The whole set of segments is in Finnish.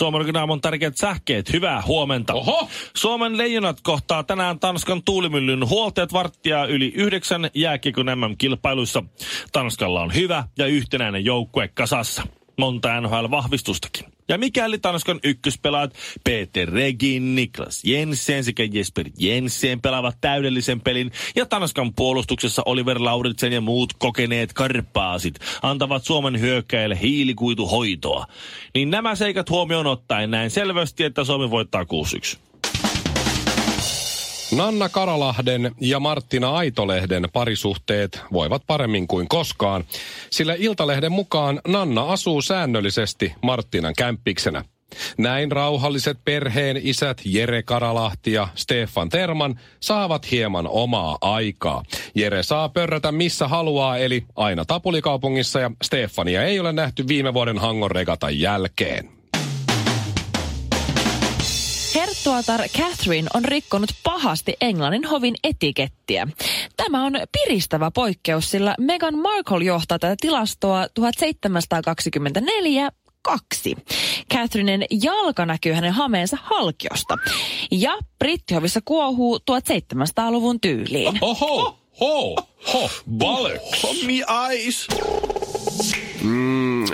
Suomen aamun tärkeät sähkeet, hyvää huomenta. Oho! Suomen leijonat kohtaa tänään Tanskan tuulimyllyn huolteet varttia yli yhdeksän jääkiekon MM-kilpailuissa. Tanskalla on hyvä ja yhtenäinen joukkue kasassa. Monta NHL-vahvistustakin. Ja mikäli Tanskan ykköspelaat Peter Regin, Niklas Jensen sekä Jesper Jensen pelaavat täydellisen pelin ja Tanskan puolustuksessa Oliver Lauritsen ja muut kokeneet karpaasit antavat Suomen hyökkäille hiilikuituhoitoa, niin nämä seikat huomioon ottaen näin selvästi, että Suomi voittaa 6-1. Nanna Karalahden ja Marttina Aitolehden parisuhteet voivat paremmin kuin koskaan, sillä Iltalehden mukaan Nanna asuu säännöllisesti Marttinan kämppiksenä. Näin rauhalliset perheen isät Jere Karalahti ja Stefan Terman saavat hieman omaa aikaa. Jere saa pörrätä missä haluaa, eli aina Tapulikaupungissa ja Stefania ei ole nähty viime vuoden Hangon regatan jälkeen. Herttuatar Catherine on rikkonut pahasti Englannin hovin etikettiä. Tämä on piristävä poikkeus, sillä Meghan Markle johtaa tätä tilastoa 1724 kaksi. Catherinen jalka näkyy hänen hameensa halkiosta. Ja brittihovissa kuohuu 1700-luvun tyyliin. Oho! Ho! Ho! Bollocks! On me eyes!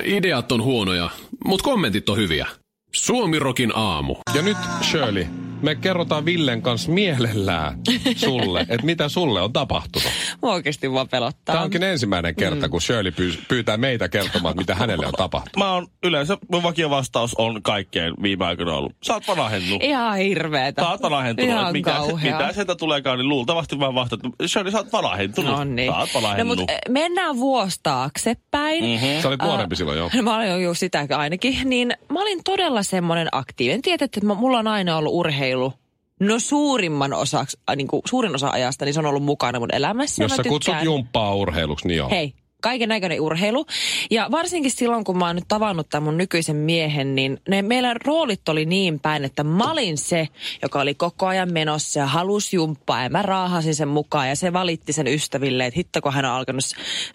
Ideat on huonoja, mutta kommentit on hyviä. Suomirokin aamu. Ja nyt Shirley, me kerrotaan Villen kanssa mielellään sulle, että mitä sulle on tapahtunut. Mua oikeasti vaan pelottaa. Tämä onkin ensimmäinen Mm. kerta, kun Shirley pyys- pyytää meitä kertomaan, että mitä hänelle on tapahtunut. Mä oon yleensä, mun vakio vastaus on kaikkeen viime aikoina ollut. Sä oot vanhentunut. Ihan hirveetä. Sä oot vanhentunut. Ihan et mikä, kauheaa. mitä sieltä tuleekaan, niin luultavasti mä vastaan, että Shirley, sä oot vanhentunut. No niin. Sä oot No, vanhennut. mutta mennään vuosi taaksepäin. Mhm. Mm-hmm. Sä olit nuorempi silloin, joo. Mä olin jo sitä ainakin. Niin mä olin todella semmoinen aktiivinen. Tiedät, että mä- mulla on aina ollut urheilu. No suurimman osaksi, äh, niin kuin suurin osa ajasta, niin se on ollut mukana mun elämässä. ja Jos mä sä kutsut tykkään- jumppaa urheiluksi, niin joo. Hei, kaiken näköinen urheilu. Ja varsinkin silloin, kun mä oon nyt tavannut tämän mun nykyisen miehen, niin ne meillä roolit oli niin päin, että mä olin se, joka oli koko ajan menossa ja halusi jumppaa ja mä raahasin sen mukaan ja se valitti sen ystäville, että hitto kun hän on alkanut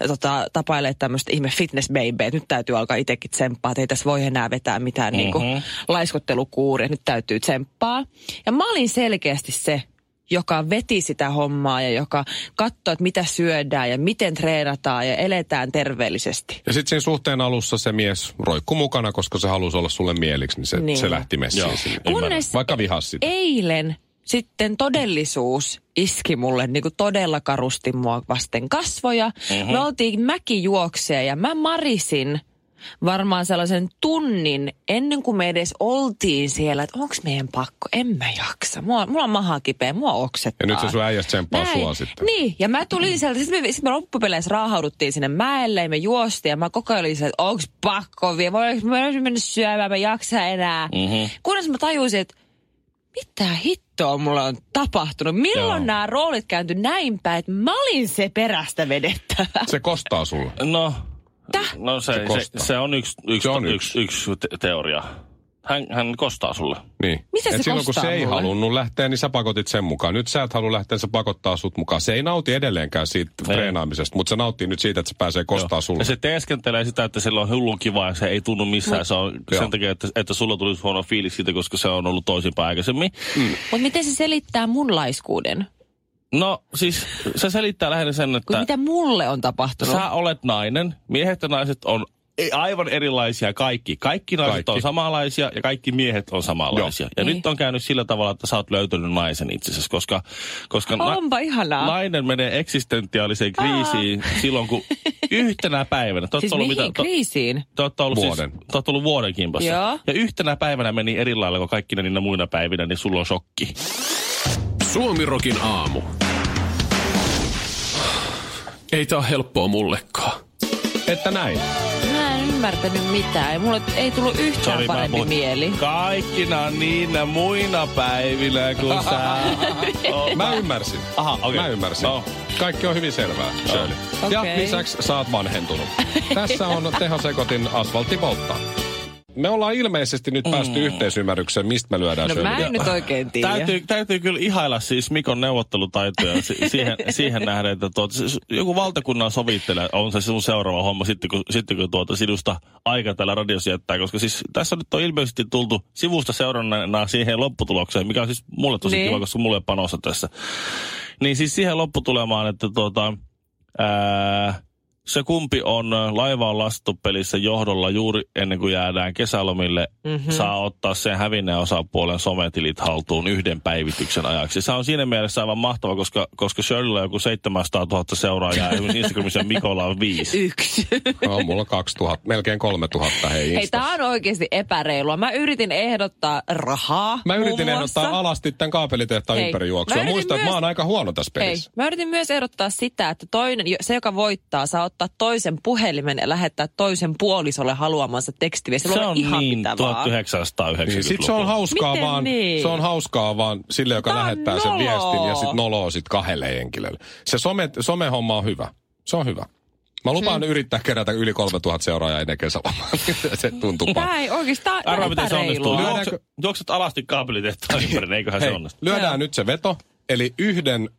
äh, tota, tapailemaan tämmöistä ihme fitness babyä, että nyt täytyy alkaa itsekin tsemppaa, että ei tässä voi enää vetää mitään mm-hmm. niin laiskottelukuuria, nyt täytyy tsemppaa. Ja mä olin selkeästi se, joka veti sitä hommaa ja joka katsoi, että mitä syödään ja miten treenataan ja eletään terveellisesti. Ja sitten siinä suhteen alussa se mies roikku mukana, koska se halusi olla sulle mieliksi, niin se, Niin. niin. se lähti messiin Joo. sinne. Ymmärrän. Kunnes Vaikka vihas sitä. eilen sitten todellisuus iski mulle niin kuin todella karusti mua vasten kasvoja. Mhm. Mm-hmm. Me oltiin mäkijuokseen ja mä marisin varmaan sellaisen tunnin ennen kuin me edes oltiin siellä, että onko meidän pakko, en mä jaksa. Mua, mulla on maha kipeä, mua oksettaa. Ja nyt se sun äijä tsemppaa Näin. sua sitten. Niin, ja mä tulin sieltä, sitten me, sit me loppupeleissä raahauduttiin sinne mäelle ja me juostiin ja mä koko ajan olin siellä, että onks pakko vielä, voinko mä voinko mennä syömään, mä en jaksa enää. Mm-hmm. Mhm. Kunnes mä tajusin, että mitä hittoa mulla on tapahtunut, milloin Joo. nämä roolit kääntyi näin päin, että mä olin se perästä vedettävä. Se kostaa sulle. No, Täh? no se, Se se, se, kostaa. on yksi, yksi, Se on yksi. yksi, te- teoria. Hän, hän kostaa sulle. Niin. Mitä se Et silloin kun kostaa se ei mulle? halunnut lähteä, niin sä pakotit sen mukaan. Nyt sä et halua lähteä, se pakottaa sut mukaan. Se ei nauti edelleenkään siitä Ei. treenaamisesta, mutta se nauttii nyt siitä, että se pääsee kostaa Joo. sulle. Ja se teeskentelee sitä, että sillä on hullun kiva ja se ei tunnu missään. Se on Joo. sen takia, että, että sulla tulisi huono fiilis siitä, koska se on ollut toisinpäin aikaisemmin. Mutta miten se selittää mun laiskuuden? No siis se selittää lähinnä sen, Kun että... mitä mulle on tapahtunut? Sä olet nainen. Miehet ja naiset on ei- aivan erilaisia kaikki. Kaikki naiset Kaikki. kaikki. on samanlaisia ja kaikki miehet on samanlaisia. Joo. Ja Niin. nyt on käynyt sillä tavalla, että sä oot löytänyt naisen itsesi, koska, koska Onpa ihanaa. nainen menee eksistentiaaliseen kriisiin silloin, kun yhtenä päivänä... Te ootte siis ollut mihin to- kriisiin? Te ootte ollut, Vuoden. Siis, te ootte ollut vuoden kimpassa. Joo. Ja yhtenä päivänä meni eri lailla kuin kaikkina niinä muina päivinä, niin sulla on shokki. Suomirokin aamu. Ei tää ole helppoa mullekaan. että näin. Mä en ymmärtänyt mitään. Ei, mulle ei tullut yhtään Sori, mä parempi puhun. mieli. Kaikkina niinä muina päivinä, kun sä... oot- Mä ymmärsin. Aha, okei. Mä ymmärsin. No. Kaikki on hyvin selvää, Shirley. Ja Okei. lisäksi sä oot vanhentunut. Tässä on tehosekotin asfaltti polttaa. Me ollaan ilmeisesti nyt päästy yhteisymmärrykseen, mistä me lyödään No mä Shirley. en nyt oikein tiedä. Täytyy, täytyy kyllä ihailla siis Mikon neuvottelutaitoja si- siihen, siihen nähden, että tuota, siis joku valtakunnan sovittelija on se sun seuraava homma sitten, kun, sitten kun tuota sidusta aika täällä radiossa jättää, koska siis tässä nyt on ilmeisesti tultu sivusta seurannana siihen lopputulokseen, mikä on siis mulle tosi Niin. kiva, koska mulle ei panosta tässä. Niin siis siihen lopputulemaan, että tuota, ää, se kumpi on ä, laiva on lastattu pelissä johdolla juuri ennen kuin jäädään kesälomille, mm-hmm. saa ottaa sen hävinneen osapuolen sometilit haltuun yhden päivityksen ajaksi. Se on siinä mielessä aivan mahtava, koska, koska Shirleyllä on joku 700 000 seuraajaa, esimerkiksi Instagramissa Mikolla on viisi. Yksi. No, mulla on 2000, melkein 3000 hei Hei, Insta. tää on oikeasti epäreilua. Mä yritin ehdottaa rahaa. Mä muun yritin muassa. ehdottaa alasti tämän kaapelitehtaan Hei, mä ympärijuoksua. yritin Muista, että myös- mä oon aika huono tässä Ei. pelissä. Mä yritin myös ehdottaa sitä, että toinen, jo- se joka voittaa, saa ottaa toisen puhelimen ja lähettää toisen puolisolle haluamansa tekstiviesti. Se Mulla on ihan niin mitä vaan. 1990 Niin, sit se on hauskaa Miten vaan, niin? se on hauskaa vaan sille, joka Tää on lähettää sen noloa. viestin ja sit noloo sit kahdelle henkilölle. Se some, somehomma on hyvä. Se on hyvä. Mä lupaan Hmm. yrittää kerätä yli 3000 seuraajaa ennen kesälomaa. se tuntuu pahalta. Tää ei oikeastaan Arvaa, miten se onnistuu. epäreilua. Lyödäänkö- Juokset, juokset alasti kaapelitehtaan ympäri, eiköhän se Hei, onnistu. lyödään nyt se veto. Eli yhden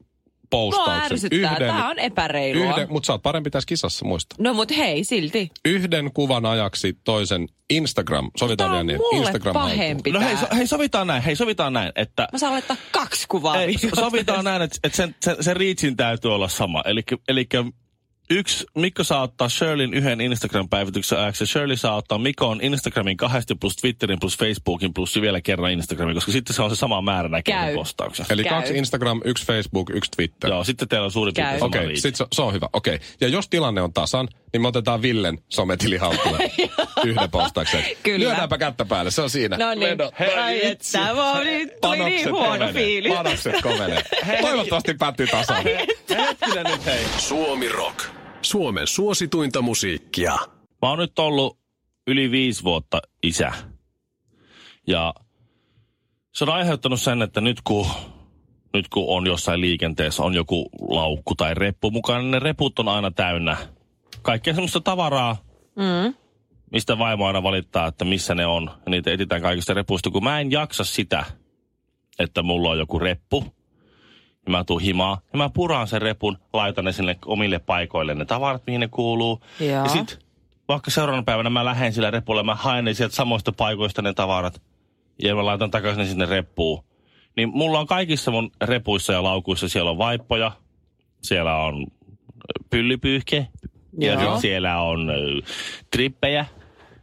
Mua postauksen. ärsyttää. Tää on epäreilua. yhden, mutta sä oot parempi tässä kisassa, muista. No mut hei, silti. Yhden kuvan ajaksi toisen Instagram. Sovitaan Tää vielä on niin. mulle Instagram pahempi No tää. hei, so, hei, sovitaan näin, hei, sovitaan näin, että Mä saan laittaa kaksi kuvaa. Ei, viikossa. sovitaan näin, että, että sen, sen, sen reachin täytyy olla sama. Eli yksi, Mikko saa ottaa Shirleyn yhden Instagram-päivityksen ajaksi. ja Shirley saa ottaa Mikon Instagramin kahdesti plus Twitterin plus Facebookin plus vielä kerran Instagramin, koska sitten se on se sama määrä näkee Käy. postauksen. Eli Käy. kaksi Instagram, yksi Facebook, yksi Twitter. Joo, sitten teillä on suurin Käy. piirtein sama Okei, okay, reach. sit se, se on hyvä. Okei. Okay. Ja jos tilanne on tasan, niin me otetaan Villen sometili haltuun yhden postauksen. Kyllä. Lyödäänpä kättä päälle, se on siinä. No niin. Hei, Ai vitsi. että, mä olin, tuli niin huono kovenee. fiilis. Panokset kovenee. Toivottavasti päättyy tasaan. Hetkinen nyt, hei. Suomi Rock. Suomen suosituinta musiikkia. Mä oon nyt ollut yli viisi vuotta isä. Ja se on aiheuttanut sen, että nyt kun, nyt kun on jossain liikenteessä, on joku laukku tai reppu mukana, niin ne reput on aina täynnä. Kaikkea semmoista tavaraa, Mm. mistä vaimo aina valittaa, että missä ne on. Ja niitä etsitään kaikista repuista, kun mä en jaksa sitä, että mulla on joku reppu. Ja mä tuun himaa, ja mä puraan sen repun, laitan ne sinne omille paikoille, ne tavarat, mihin ne kuuluu. Joo. Ja sit vaikka seuraavana päivänä mä lähden sillä repulla, mä haen ne sieltä samoista paikoista ne tavarat. Ja mä laitan takaisin ne sinne reppuun. Niin mulla on kaikissa mun repuissa ja laukuissa, siellä on vaippoja, siellä on pyllipyyhke, ja Joo. sit siellä on ö, trippejä,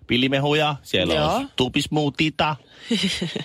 pillimehuja, siellä Joo. Joo. on tupismuutita,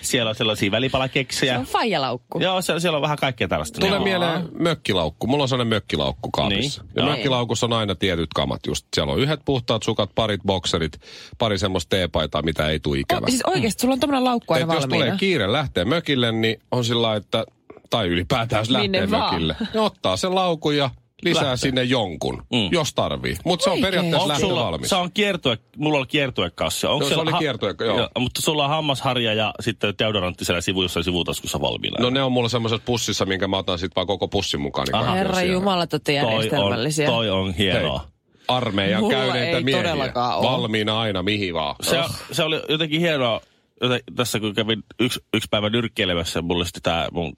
siellä on sellaisia Se välipalakeksejä. on faijalaukku. Joo, siellä, siellä on vähän kaikkea tällaista. Tulee Joo. mieleen mökkilaukku. Mulla on sellainen mökkilaukku kaapissa. Niin. Niin. Ja Joo. mökkilaukussa on aina tietyt kamat just. Siellä on yhdet puhtaat sukat, parit bokserit, pari semmoista teepaitaa, mitä ei tule ikävä. O, siis oikeesti, sulla on tämmönen laukku aina että jos tulee valmiina. kiire lähteä mökille, niin on sillä lailla, että, tai ylipäätään jos Minne lähtee vaan. mökille, niin ottaa sen laukun ja lisää Lähtee. lähtee. sinne jonkun, Mm. mm. jos tarvii. Mutta se on Oikein. periaatteessa Onko lähtö sulla, valmis. Se on kiertue, mulla oli kiertuekassi. Onko Joo, se siellä oli kiertue- joo. Mutta sulla on hammasharja ja sitten deodorantti siellä sivu, jossain sivutaskussa valmiina. No ne on mulla semmoisessa pussissa, minkä mä otan sit vaan koko pussin mukaan. Niin Aha. kaikki on Herra siellä. Jumala, te olette toi on, järjestelmällisiä. toi on hienoa. Hei, Armeijan Mulla käyneitä ei miehiä. todellakaan oo. Valmiina aina mihin vaan. se, se oli jotenkin hienoa, joten tässä kun kävin yksi, yksi päivä nyrkkeilemässä, mulla sitten tämä mun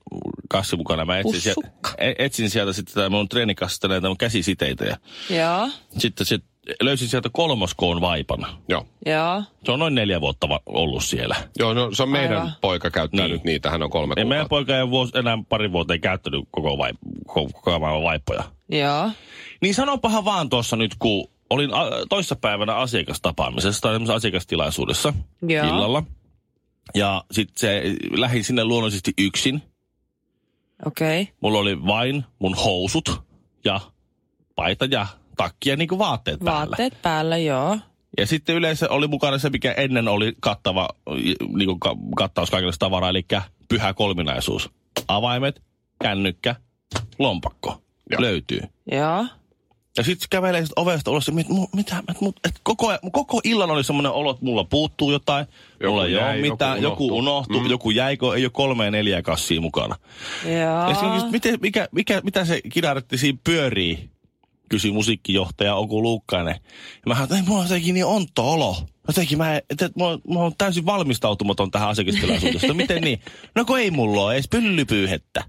kassi mukana. Mä etsin, sieltä, e, Pussukka. etsin sieltä sitten tää mun treenikassista näitä mun käsisiteitä ja Joo, sitten sit löysin sieltä kolmoskoon vaipan. Joo. joo. Se on noin neljä vuotta va- ollut siellä. Joo, no, se on meidän Aivan. poika käyttää Niin. nyt niitä. Hän on kolme Ei meidän kuukautta. poika ei ole vuos, enää pari vuotta ei käyttänyt koko, vai, koko, koko maailman vaippoja. Joo. Niin sanopahan vaan tuossa nyt, kun olin a- toissapäivänä asiakastapaamisessa tai tämmöisessä asiakastilaisuudessa Joo. illalla. Ja sitten se lähin sinne luonnollisesti yksin. Okei. Mulla oli vain mun housut ja paita ja takki ja niinku vaatteet päällä. Vaatteet päällä, joo. Ja sitten yleensä oli mukana se, mikä ennen oli kattava niin kuin kattaus kaikille tavaraa, eli pyhä kolminaisuus. Avaimet, kännykkä, lompakko Joo. löytyy. Joo. Ja sitten kävelee sit ovesta ulos ja miet, mu, mitä, et, mu, et koko, ajan- koko illan oli semmoinen olo, että mulla puuttuu jotain, Joku joku mulla ei jäi, ole joku mitään, joku unohtui. unohtui, joku, Mm. jäi, kun ei ole kolme ja neljä kassia mukana. Ja sitten Joo. just, miten, mikä, mikä, mitä se kinaretti siinä pyörii, kysyi musiikkijohtaja Oku Luukkainen. Ja mä sanoin, että ei, mulla on jotenkin niin onto olo. Jotenkin mä, että, mä, oon- mä oon täysin valmistautumaton tähän asiakastilaisuuteen. Että Miten niin? No kun ei mulla ole edes pyllypyyhettä.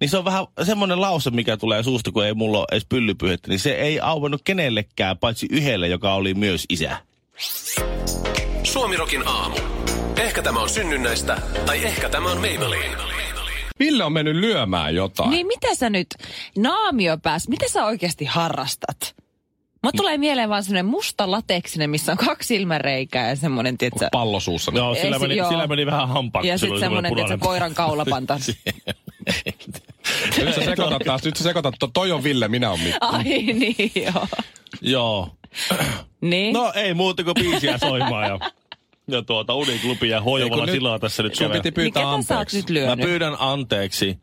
Niin se on vähän semmoinen lause, mikä tulee suusta, kun ei mulla ole edes pyllypyyhettä. Niin se ei auennut kenellekään, paitsi yhdelle, joka oli myös isä. Suomirokin aamu. Ehkä tämä on synnynnäistä, tai ehkä tämä on Maybelline. Ville on mennyt lyömään jotain. Niin mitä sä nyt, naamio pääs, mitä sä oikeasti harrastat? Mä tulee mieleen vaan semmonen musta lateksinen, missä on kaksi silmäreikää ja semmonen, tietsä, Pallo suussa. No, Ei sillä, se- meni, joo. sillä meni vähän hampaa. ja sitten semmonen, tietsä, koiran kaulapanta. Nyt sä sekoitat taas, nyt sä sekoitat, to- toi on Ville, minä on Mikko. Ai niin, joo. Joo. Niin. No ei muuta kuin biisiä soimaan ja, ja tuota uniklubia hoivalla Ei, kun tilaa tässä nyt Sun kävellä. piti Niin pyytää ketä sä oot anteeksi. nyt Mä lyönyt? pyydän anteeksi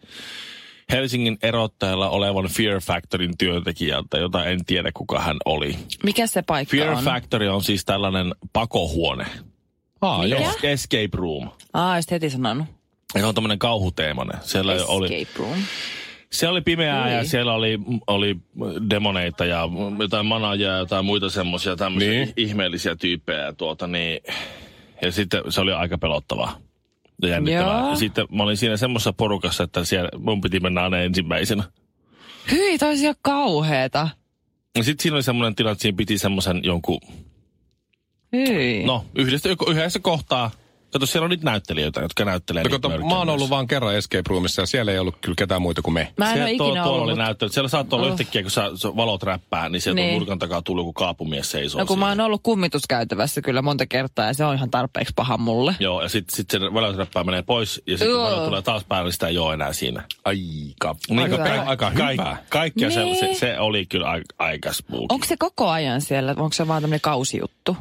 Helsingin erottajalla olevan Fear Factorin työntekijältä, jota en tiedä kuka hän oli. Mikä se paikka Fear on? Factory on siis tällainen pakohuone. Aa, joo. Es- Escape Room. Aa, just heti sanonut. Ja se on tämmöinen kauhuteemainen. Siellä Escape oli, room. siellä oli pimeää ja Niin. siellä oli, oli demoneita ja jotain manajaa ja jotain muita semmoisia tämmöisiä Niin. niin. ihmeellisiä tyyppejä. Ja, tuota, niin. ja sitten se oli aika pelottavaa. Ja jännittävää. Joo. Ja sitten mä olin siinä semmoisessa porukassa, että siellä mun piti mennä aina ensimmäisenä. Hyi, toi on ihan kauheeta. Sitten siinä oli semmoinen tilanne, että siinä piti semmoisen jonkun, Hyi. no yhdestä, yhdessä kohtaa. Kato, siellä on niitä näyttelijöitä, jotka näyttelee. No, niitä kato, mörköjä mä oon ollut myös. vaan kerran Escape Roomissa ja siellä ei ollut kyllä ketään muita kuin me. Mä en Siellä ole tuo- ikinä tuolla ollut. Oli näyttely. Siellä saattoi olla Oh. yhtäkkiä, kun sä, sä valot räppää, niin sieltä on Niin. nurkan takaa tullut joku kaapumies seisoo. No kun mä siinä. oon ollut kummituskäytävässä kyllä monta kertaa ja se on ihan tarpeeksi paha mulle. Joo, ja sitten sit se valot räppää menee pois, ja sitten kun Joo. valot tulee taas päälle, niin sitä ei ole enää siinä. Niin Aika. Niin Aika- Aika, hyvä. aika hyvä. kaikkea se, Niin. se, se, oli kyllä aika, aika spooky. Onko se koko ajan siellä? Onko se vaan tämmöinen kausijuttu?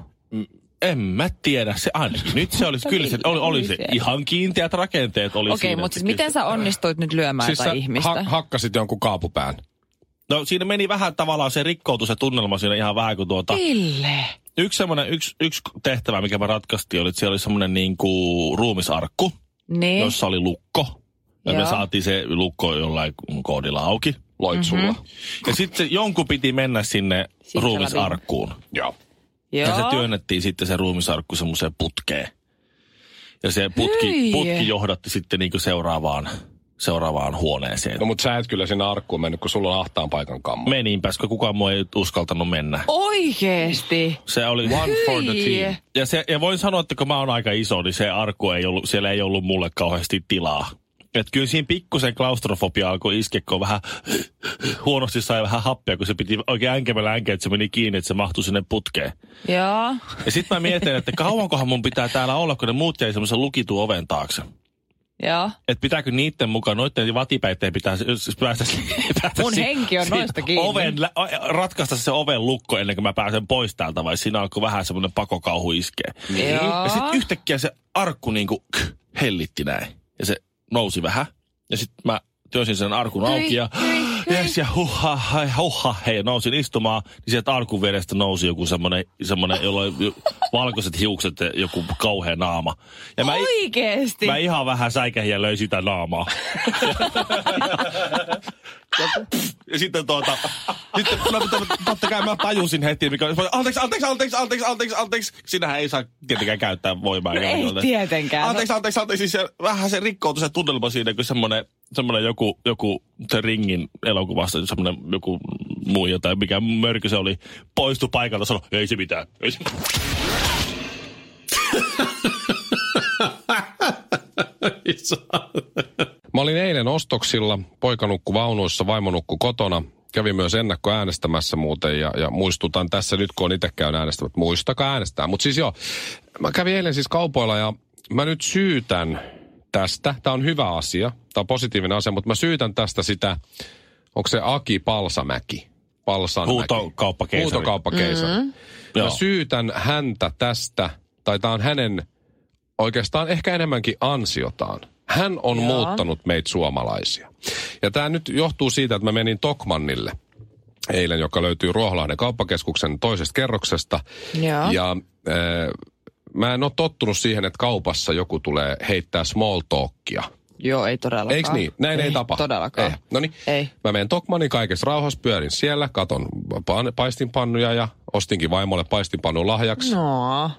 En mä tiedä, se ainakin. Nyt se oli, kyllä se, oli, oli se. Oli No niin, se. Ihan kiinteät rakenteet oli Okei, siinä. mutta siis että miten kyllä se- sä onnistuit nyt lyömään Siis sä siis jotain ihmistä? ha- hakkasit jonkun kaapupään. No siinä meni vähän tavallaan, se rikkoutui se tunnelma siinä ihan vähän, kun tuota... Niin. Ville. Yksi semmoinen, yksi, yksi tehtävä, mikä mä ratkaistiin, oli, että siellä oli semmoinen niin kuin ruumisarkku, Niin. jossa oli lukko. Ja me Joo. saatiin se lukko jollain koodilla auki. Mhm. Loitsulla. Mm-hmm. Ja sitten jonkun piti mennä sinne Sitten ruumisarkkuun. Joo. Joo. Ja se työnnettiin sitten se ruumisarkku semmoiseen putkeen. Ja se putki, Hyi. putki johdatti sitten niin kuin seuraavaan, seuraavaan huoneeseen. No mut sä et kyllä sinne arkkuun mennyt, kun sulla on ahtaan paikan kammo. Meninpäs, kun kukaan muu ei uskaltanut mennä. Oikeesti. Se oli one for the team. Ja, se, ja voin sanoa, että kun mä oon aika iso, niin se arkku ei ollut, siellä ei ollut mulle kauheasti tilaa. Et kyllä siinä pikkusen klaustrofobia alkoi iskeä, kun vähän huonosti sai vähän happea, kun se piti oikein änkemällä änkeä, että se meni kiinni, että se mahtui sinne putkeen. Joo. Ja sitten mä mietin, että kauankohan mun pitää täällä olla, kun ne muut jäi semmoisen lukitun oven taakse. Joo. Että pitääkö niiden mukaan, noiden vatipäitteen pitää siis päästä, si- päästä Mun si- henki on siitä noista kiinni. Oven, lä- o- ratkaista se oven lukko ennen kuin mä pääsen pois täältä, vai siinä alkoi vähän semmoinen pakokauhu iskee. Niin. Joo. Ja sitten yhtäkkiä se arkku niinku k- hellitti näin. Ja se nousi vähän. Ja sitten mä työnsin sen arkun Hyi, auki ja hyi, hyi. yes, ja huha, hei, huha, hei, nousin istumaan. Niin sieltä arkun vedestä nousi joku semmoinen, semmoinen jolla oli jo- valkoiset hiukset ja joku kauhea naama. Ja mä, i- Oikeesti. Mä ihan vähän säikähin ja löin sitä naamaa. ja sitten tuota, sitten mä, mä- totta kai mä tajusin heti, mikä oli, anteeksi, anteeksi, anteeksi, anteeksi, anteeksi, anteeksi. Sinähän ei saa tietenkään käyttää voimaa. No ei jollain- tietenkään. Anteeksi, anteeksi, anteeksi. Siis Se, vähän se rikkoutui se tunnelma siinä, kun semmoinen, semmoinen joku, joku The Ringin elokuvasta, semmoinen joku muu jotain, mikä mörkö se oli, poistui paikalta sanoi, ei se mitään, ei se mitään. Mä olin eilen ostoksilla, poika nukku vaunuissa, vaimo nukku kotona. Kävin myös ennakko äänestämässä muuten ja, ja muistutan tässä nyt, kun on itse käyn äänestämässä, muistakaa äänestää. Mutta siis joo, mä kävin eilen siis kaupoilla ja mä nyt syytän tästä, tämä on hyvä asia, tämä on positiivinen asia, mutta mä syytän tästä sitä, onko se Aki Palsamäki? Palsanmäki. Huutokauppakeisari. Huutokauppakeisari. Mm-hmm. Mä Joo. syytän häntä tästä, tai tämä on hänen oikeastaan ehkä enemmänkin ansiotaan. Hän on Joo. muuttanut meitä suomalaisia. Ja tämä nyt johtuu siitä, että mä menin Tokmannille. eilen, joka löytyy Ruoholahden kauppakeskuksen toisesta kerroksesta. Joo. Ja äh, mä en ole tottunut siihen, että kaupassa joku tulee heittää small talkia. Joo, ei todellakaan. Eikö niin? Näin ei, ei tapa. Todellakaan. Ei. No niin. Ei. Mä menen Tokmanin kaikessa rauhassa, pyörin siellä, katon pan, paistinpannuja ja ostinkin vaimolle paistinpannu lahjaksi, no. No,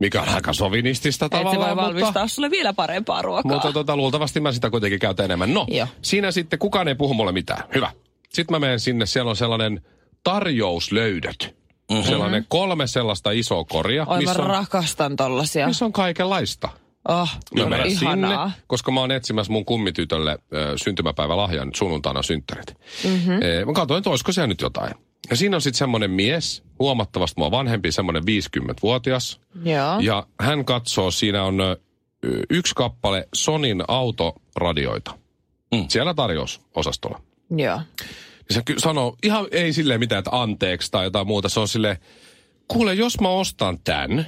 mikä on aika sovinistista et se tavallaan. voi mutta, valmistaa sulle vielä parempaa ruokaa. mutta tota, luultavasti mä sitä kuitenkin käytän enemmän. No, Joo. siinä sitten kukaan ei puhu mulle mitään. Hyvä. Sitten mä menen sinne, siellä on sellainen tarjouslöydöt. Mm-hmm. Sellainen kolme sellaista isoa koria, Mhm. Oi, mä missä on, rakastan tollasia. missä on kaikenlaista. Oh, Mä menen ihanaa. sinne, koska mä oon etsimässä mun kummitytölle ö, syntymäpäivälahjan nyt sunnuntaina synttärit. Mm-hmm. E, mä katsoin, että olisiko siellä nyt jotain. Ja siinä on sitten semmoinen mies, huomattavasti mua vanhempi, semmoinen 50-vuotias. Joo. Ja hän katsoo, siinä on ö, yksi kappale Sonin autoradioita. Mm. Siellä tarjousosastolla. Joo. Niin se ky- sanoo, ihan ei silleen mitään, että anteeksi tai jotain muuta. Se on silleen, kuule, jos mä ostan tän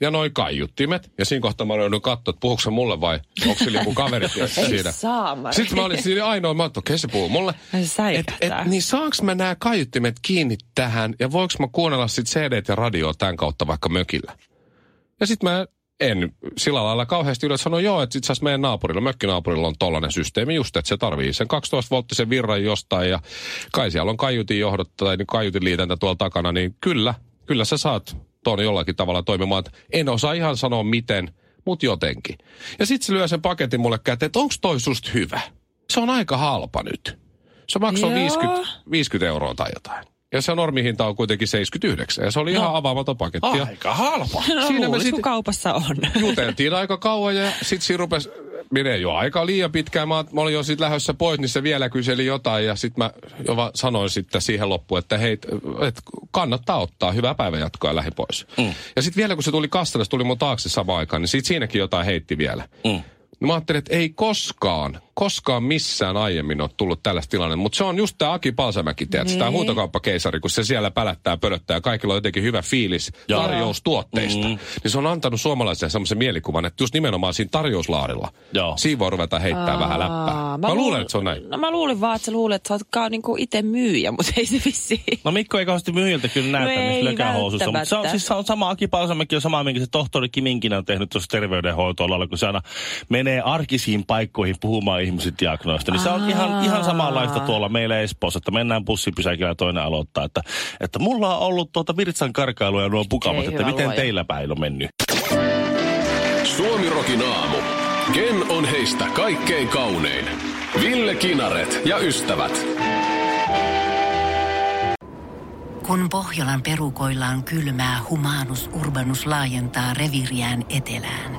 ja noi kaiuttimet. Ja siinä kohtaa mä löydyn katsoa, että puhuuko se mulle vai onko sillä joku kaveri Ei siinä. saamari. Sitten mä olin siinä ainoa, mä ajattelin, okei se puhuu mulle. Ai, se Et, säikähtää. et, niin saanko mä nämä kaiuttimet kiinni tähän ja voiko mä kuunnella sit cd ja radioa tämän kautta vaikka mökillä? Ja sitten mä en sillä lailla kauheasti ylös sano, joo, että itse asiassa meidän naapurilla, mökkinaapurilla on tollainen systeemi just, että se tarvii sen 12-volttisen virran jostain ja kai siellä on kaiutin johdot tai niin kaiutin liitäntä tuolla takana, niin kyllä, kyllä sä saat tuon jollakin tavalla toimimaan. Että En osaa ihan sanoa miten, mutta jotenkin. Ja sitten se lyö sen paketin mulle käteen, että onko toi susta hyvä? Se on aika halpa nyt. Se maksoi Joo. 50, 50 euroa tai jotain. Ja se normihinta on kuitenkin 79 ja se oli no. ihan avaamaton paketti. ja- Aika halpa. No, Siinä Siinä me luulis, sit- kun kaupassa on. juteltiin aika kauan ja sit siinä rupes, menee jo aika liian pitkään. Mä, mä olin jo sit lähdössä pois, niin se vielä kyseli jotain ja sit mä jo va- sanoin sitten siihen loppuun, että hei, et kannattaa ottaa, hyvää päivänjatkoa ja lähi pois. Mm. Ja sit vielä kun se tuli kastalle, se tuli mun taakse samaan aikaan, niin sit siinäkin jotain heitti vielä. Mm. No mä ajattelin, että ei koskaan, koskaan missään aiemmin ole tullut tällaista tilanne, mutta se on just tämä Aki Palsamäki, tiedätkö, tämä huutokauppakeisari, kun se siellä pälättää, pölöttää ja kaikilla on jotenkin hyvä fiilis Joo. tarjoustuotteista. Mm. Niin se on antanut suomalaisille semmoisen mielikuvan, että just nimenomaan siinä tarjouslaarilla, Joo. siinä voi ruveta heittää vähän läppää. Mä, mä luulen, että se on näin. No mä luulin vaan, että sä luulet, että sä ootkaan niinku itse myyjä, mutta ei se vissiin. No Mikko ei kauheasti myyjiltä kyllä No näyttänyt ei lökähousussa, mutta se on, välttämättä. siis se on sama Aki Palsamäki on sama, minkä se tohtori Kiminkinen on tehnyt tuossa terveydenhoitoalalla, kun se aina menee arkisiin paikkoihin puhumaan ihmisen diagnoista. Niin se on ihan, ihan samanlaista tuolla meillä Espoossa, että mennään bussipysäkillä ja toinen aloittaa, että, että mulla on ollut tuota virtsan karkailua ja nuo pukamat, Ei, että hyvä miten luoja. teillä päin on mennyt. Suomirokin aamu. Ken on heistä kaikkein kaunein? Ville Kinaret ja ystävät. Kun Pohjolan perukoillaan kylmää, humanus urbanus laajentaa reviriään etelään.